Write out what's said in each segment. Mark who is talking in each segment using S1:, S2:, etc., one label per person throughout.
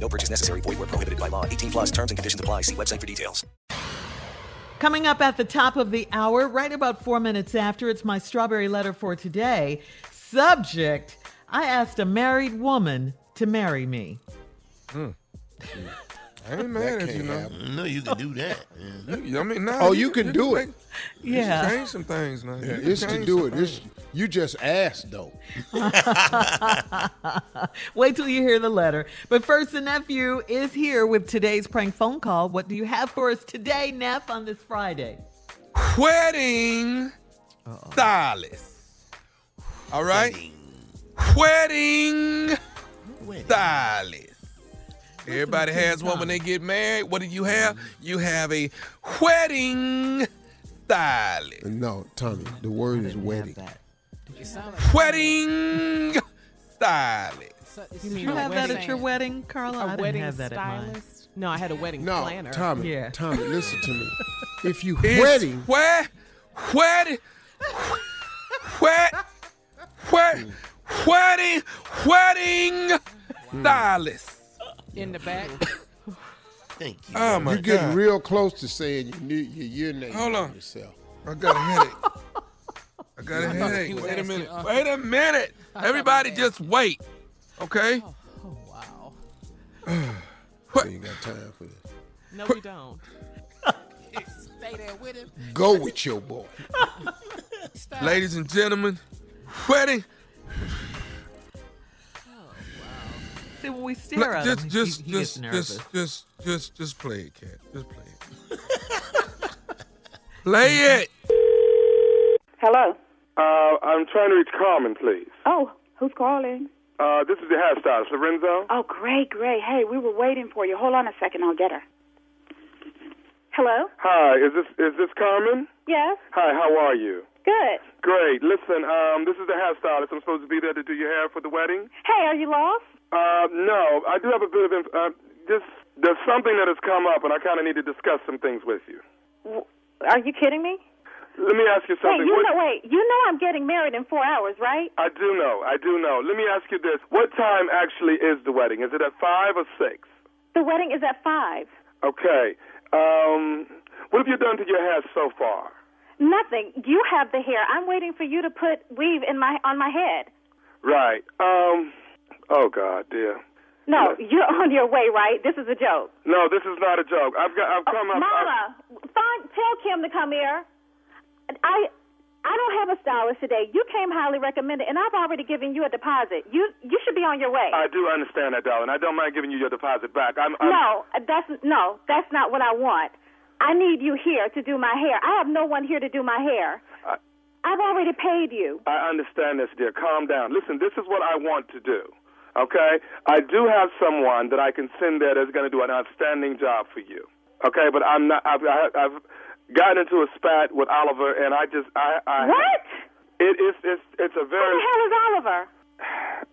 S1: No purchase necessary. Void where prohibited by law. 18 plus terms and conditions apply. See website for details.
S2: Coming up at the top of the hour, right about four minutes after, it's my strawberry letter for today. Subject I asked a married woman to marry me.
S3: I ain't mad at you, know.
S4: No, you can do that.
S3: You- I mean, nah,
S5: Oh, you can do
S3: you
S5: it.
S3: make-
S2: Yeah.
S3: Change some things, man. You can
S5: This to
S3: change
S5: do
S3: some
S5: it. This you just asked though.
S2: Wait till you hear the letter. But first, the nephew is here with today's prank phone call. What do you have for us today, Neff, on this Friday?
S3: wedding stylist. All right? Wedding, stylist. Everybody has one when they get married. What do you
S4: Mm-hmm.
S3: have? You have a wedding stylist.
S5: No, Tommy, the word is wedding.
S3: Wedding stylist.
S2: Did you have that at your wedding, Carla? I didn't have that at mine.
S6: No, I had a wedding
S5: No,
S6: planner.
S5: Tommy,
S2: Yeah.
S5: Tommy, listen to me. If you
S3: It's
S5: wedding,
S3: Where? Where? Where? Where? Wedding, wedding stylist.
S6: In the back.
S4: Thank you.
S3: Oh my
S5: you're getting
S3: God.
S5: real close to saying your new your year name.
S3: Hold on.
S5: yourself.
S3: I got a headache. I got a headache. Wait a minute. Wait a minute. Everybody just wait. Okay?
S5: I ain't got time for this.
S6: No, we don't.
S5: Go with your boy.
S3: Ladies and gentlemen, wedding.
S2: See, when we stare at
S3: Just
S2: him,
S3: just
S2: he, he
S3: just
S2: gets nervous.
S3: just just just just play it, cat. Just play it. play it.
S7: Hello.
S8: Uh, I'm trying to reach Carmen, please.
S7: Oh, who's calling?
S8: Uh, this is the hairstylist, Lorenzo.
S7: Oh, great, great. Hey, we were waiting for you. Hold on a second. I'll get her. Hello?
S8: Hi, is this is this Carmen?
S7: Yes.
S8: Hi, how are you?
S7: Good.
S8: Great. Listen, um, this is the hairstylist. I'm supposed to be there to do your hair for the wedding.
S7: Hey, are you lost?
S8: Uh, no, I do have a bit of inf- uh, just there's something that has come up, and I kind of need to discuss some things with you.
S9: W- Are you kidding me?
S8: Let me ask you
S9: Hey,
S8: something.
S9: you
S8: What-
S9: know, wait, you know I'm getting married in four hours, right?
S8: I do know. I do know. Let me ask you this: What time actually is the wedding? Is it at five or six?
S9: The wedding is at five.
S8: Okay. Um, what have you done to your hair so far?
S9: Nothing. You have the hair. I'm waiting for you to put weave in my on my head.
S8: Right. Um. Oh God, dear.
S9: No, you're on your way, right? This is a joke.
S8: No, this is not a joke. I've got.
S9: Oh,
S8: I've come up. uh, I've-
S9: Mama, find, tell Kim to come here. I I don't have a stylist today. You came highly recommended, and I've already given you a deposit. You you should be on your way.
S8: I do understand that, darling. I don't mind giving you your deposit back. I'm. I'm
S9: no, that's no, that's not what I want. I need you here to do my hair. I have no one here to do my hair.
S8: I-
S9: I've already paid you.
S8: I understand this, dear. Calm down. Listen, this is what I want to do. Okay? I do have someone that I can send there that's going to do an outstanding job for you. Okay? But I'm not. I've, I- I've gotten into a spat with Oliver, and I just. I. I
S9: What?
S8: It is. It's. It's a
S9: Who
S8: very.
S9: the hell is Oliver?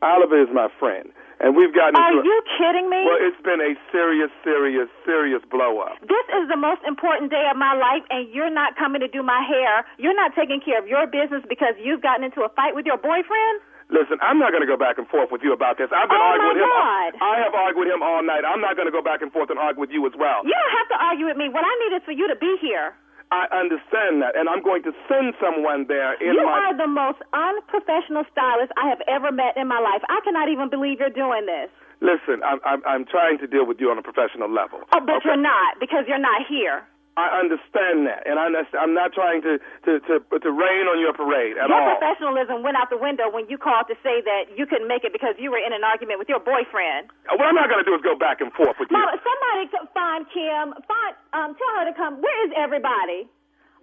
S8: Oliver is my friend, and we've gotten
S9: Are
S8: into.
S9: you kidding
S8: a,
S9: me?
S8: well, it's been a serious, serious, serious blow up.
S9: This is the most important day of my life, and you're not coming to do my hair. You're not taking care of your business because you've gotten into a fight with your boyfriend.
S8: Listen, I'm not going to go back and forth with you about this. I've been
S9: Oh,
S8: arguing
S9: my
S8: with him.
S9: God.
S8: I have argued with him all night. I'm not going to go back and forth and argue with you as well.
S9: You don't have to argue with me. What I need is for you to be here.
S8: I understand that, and I'm going to send someone there in
S9: you
S8: my.
S9: are the most unprofessional stylist I have ever met in my life. I cannot even believe you're doing this.
S8: Listen, I'm, I'm I'm trying to deal with you on a professional level.
S9: Oh, but
S8: okay?
S9: you're not because you're not here.
S8: I understand that, and I underst- I'm not trying to to to, to rain on your parade at
S9: your
S8: all.
S9: professionalism went out the window when you called to say that you couldn't make it because you were in an argument with your boyfriend.
S8: what I'm not going to do is go back and forth with you.
S9: Mama, somebody c- find Kim. Find, um, tell her to come. Where is everybody?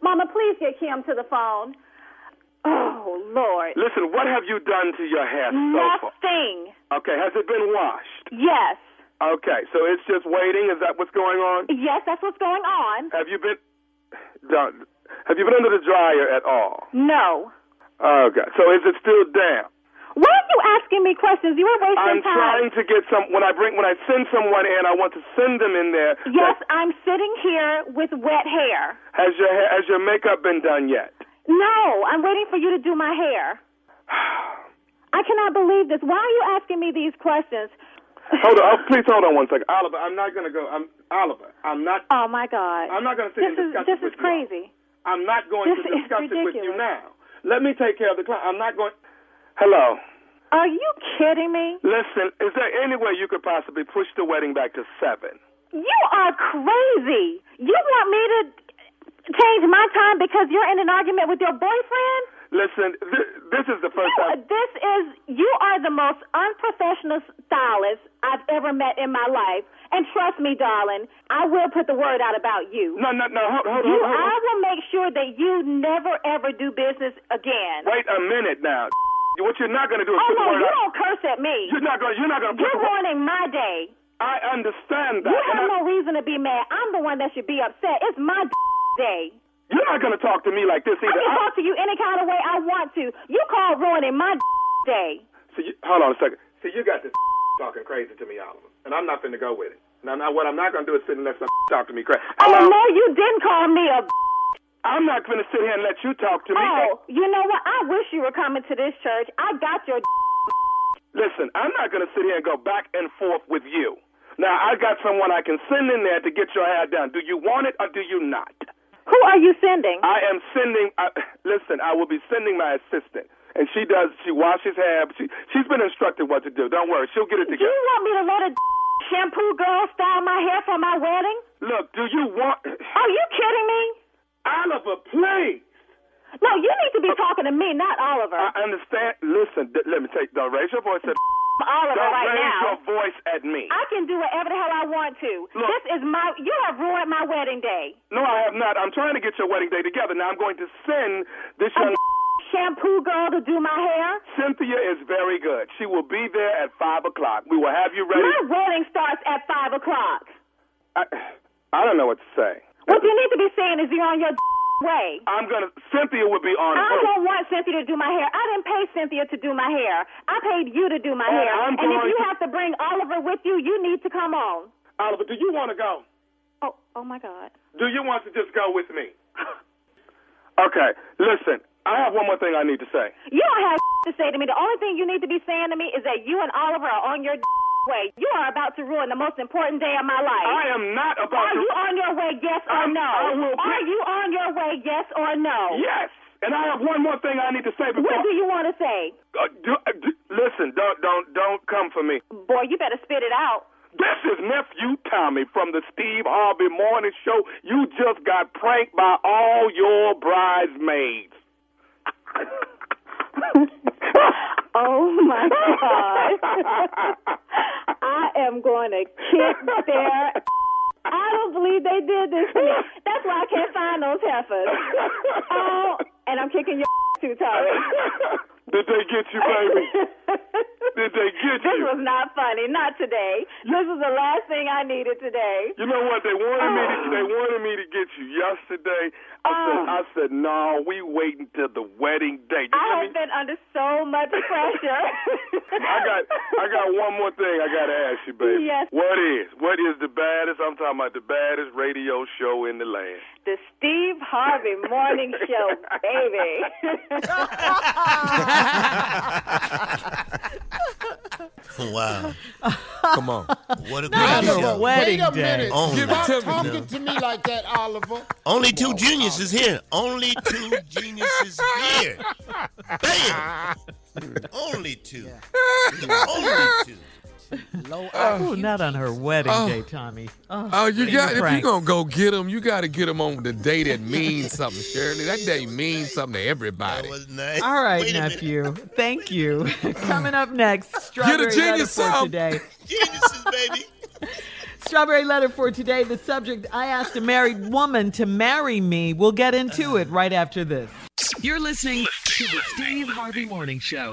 S9: Mama, please get Kim to the phone. Oh Lord,
S8: Listen, what have you done to your hair so
S9: nothing.
S8: far? Okay, has it been washed?
S9: Yes,
S8: Okay, so it's just waiting. Is that what's going on?
S9: yes, that's what's going on.
S8: Have you been? Don't- Have you been under the dryer at all?
S9: No,
S8: Okay, so is it still damp?
S9: why are you asking me questions? You are wasting
S8: I'm
S9: time.
S8: trying to get some. When I bring, when I send someone in, I want to send them in there.
S9: Yes, I'm sitting here with wet hair.
S8: Has your hair, has your makeup been done yet?
S9: No, I'm waiting for you to do my hair. I cannot believe this. Why are you asking me these questions?
S8: Hold on, oh, please hold on one second, Oliver. I'm not gonna go. I'm Oliver. I'm not.
S9: Oh my God.
S8: I'm not gonna sit
S9: This
S8: and
S9: is
S8: discuss
S9: this
S8: it with
S9: is crazy.
S8: you. I'm not going
S9: This
S8: to
S9: is
S8: discuss it with you
S9: ridiculous.
S8: now. Let me take care of the client. I'm not going. Hello.
S9: Are you kidding me?
S8: Listen, is there any way you could possibly push the wedding back to seven?
S9: You are crazy. You want me to change my time because you're in an argument with your boyfriend?
S8: Listen, th- this is the first
S9: You-
S8: time.
S9: This is you are the most unprofessional stylist I've ever met in my life. And trust me, darling, I will put the word out about you.
S8: No, no, no. Hold, hold, hold,
S9: you,
S8: hold.
S9: I will make sure that you never ever do business again.
S8: Wait a minute now. What you're not going to do is
S9: oh
S8: put the
S9: no,
S8: word
S9: you
S8: out.
S9: don't curse at me.
S8: You're not going. You're not going to put
S9: You're
S8: the word.
S9: ruining my day.
S8: I understand that.
S9: You
S8: and
S9: have
S8: I-
S9: no reason to be mad. I'm the one that should be upset. It's my day.
S8: You're not going to talk to me like this
S9: I
S8: either.
S9: can
S8: I-
S9: talk to you any kind of way I want to. You call ruining my day.
S8: See, you, hold on a second. See, you got this talking crazy to me, Oliver, and I'm not finna go with it. Now, now what I'm not going to do is sit and let some talk to me crazy.
S9: Oh
S8: Hello?
S9: no, you didn't call me a.
S8: I'm not finna sit here and let you talk to me.
S9: Oh, you know what? I wish you were coming to this church. I got your.
S8: Listen, I'm not going to sit here and go back and forth with you. Now, I got someone I can send in there to get your hair done. Do you want it or do you not?
S9: Who are you sending?
S8: I am sending. I listen, I will be sending my assistant, and she does. She washes hair. She she's been instructed what to do. Don't worry, she'll get it
S9: Do you
S8: together.
S9: want me to let a shampoo girl style my hair for my wedding?
S8: Look, do you want
S9: Are you kidding me?
S8: Oliver? Please,
S9: No, you need to be talking to me, not Oliver.
S8: I understand. Listen, th- let me take. Don't raise your voice at.
S9: I'm Oliver
S8: Don't
S9: right
S8: raise
S9: now.
S8: your voice at me.
S9: I can do whatever the hell I want to.
S8: Look.
S9: This is my. You have ruined my wedding day.
S8: No, I have not. I'm trying to get your wedding day together. Now I'm going to send this
S9: A
S8: young.
S9: shampoo girl to do my hair.
S8: Cynthia is very good. She will be there at five o'clock. We will have you ready. Uh,
S9: My wedding starts at five o'clock.
S8: I, I don't know what to say.
S9: What you need to be saying is you're on your way.
S8: I'm gonna. Cynthia would be on.
S9: I
S8: both.
S9: don't want Cynthia to do my hair. I didn't pay Cynthia to do my hair. I paid you to do my
S8: And
S9: hair.
S8: I'm
S9: and if
S8: going
S9: you
S8: to-
S9: have to bring Oliver with you, you need to come on.
S8: Oliver, do you want to go?
S9: Oh, oh my God.
S8: Do you want to just go with me? okay. Listen, I have one more thing I need to say.
S9: You don't have to say to me. The only thing you need to be saying to me is that you and Oliver are on your way. You are about to ruin the most important day of my life.
S8: I am not about
S9: Are
S8: to-
S9: you on your way? Yes or
S8: I'm-
S9: no?
S8: I will be-
S9: Are you on your way? Yes or no?
S8: Yes. And I have one more thing I need to say before.
S9: What do you want to say?
S8: Uh, do, uh, do, listen, don't don't don't come for me.
S9: Boy, you better spit it out.
S8: This is nephew Tommy from the Steve Harvey Morning Show. You just got pranked by all your bridesmaids.
S9: Oh my God. I am going to kick their. I don't believe they did this to me. That's why I can't find those heifers. Oh, and I'm kicking your too, Tommy.
S8: Did they get you, baby? Did they get
S9: This
S8: you?
S9: was not funny. Not today. This was the last thing I needed today. Oh,
S8: You know what? They wanted me to they wanted me to get you yesterday. I said I said, No, we waiting till the wedding day. You
S9: I
S8: hear
S9: have
S8: me?
S9: been under so much pressure.
S8: I got I got one more thing I gotta ask you, baby.
S9: Yes.
S8: What is what is the baddest I'm talking about the baddest radio show in the land.
S9: the Steve Harvey Morning Show, baby.
S4: Wow.
S3: Come on.
S4: What a great
S5: Now,
S4: show.
S5: wait a minute.
S4: Only
S5: Stop
S4: two-
S5: talking
S4: no.
S5: to me like that, Oliver.
S4: Only two geniuses here. Only two geniuses here. Bam. Only two. Only two.
S10: Low
S2: Oh, Ooh, not on her wedding
S3: Oh.
S2: day, Tommy. Oh,
S3: Oh, you
S2: Lady
S3: got if you're
S2: Frank.
S3: gonna go get them, you got to get them on the day that means something, Shirley. That day means something to everybody.
S2: All right, nephew. Thank you. Coming up next,
S3: Get
S2: strawberry
S3: a
S2: letter
S3: genius
S2: for
S3: some.
S2: today.
S4: Geniuses, baby.
S2: Strawberry letter for today. The subject: I asked a married woman to marry me. We'll get into it right after this. You're listening to the Steve Harvey Morning Show.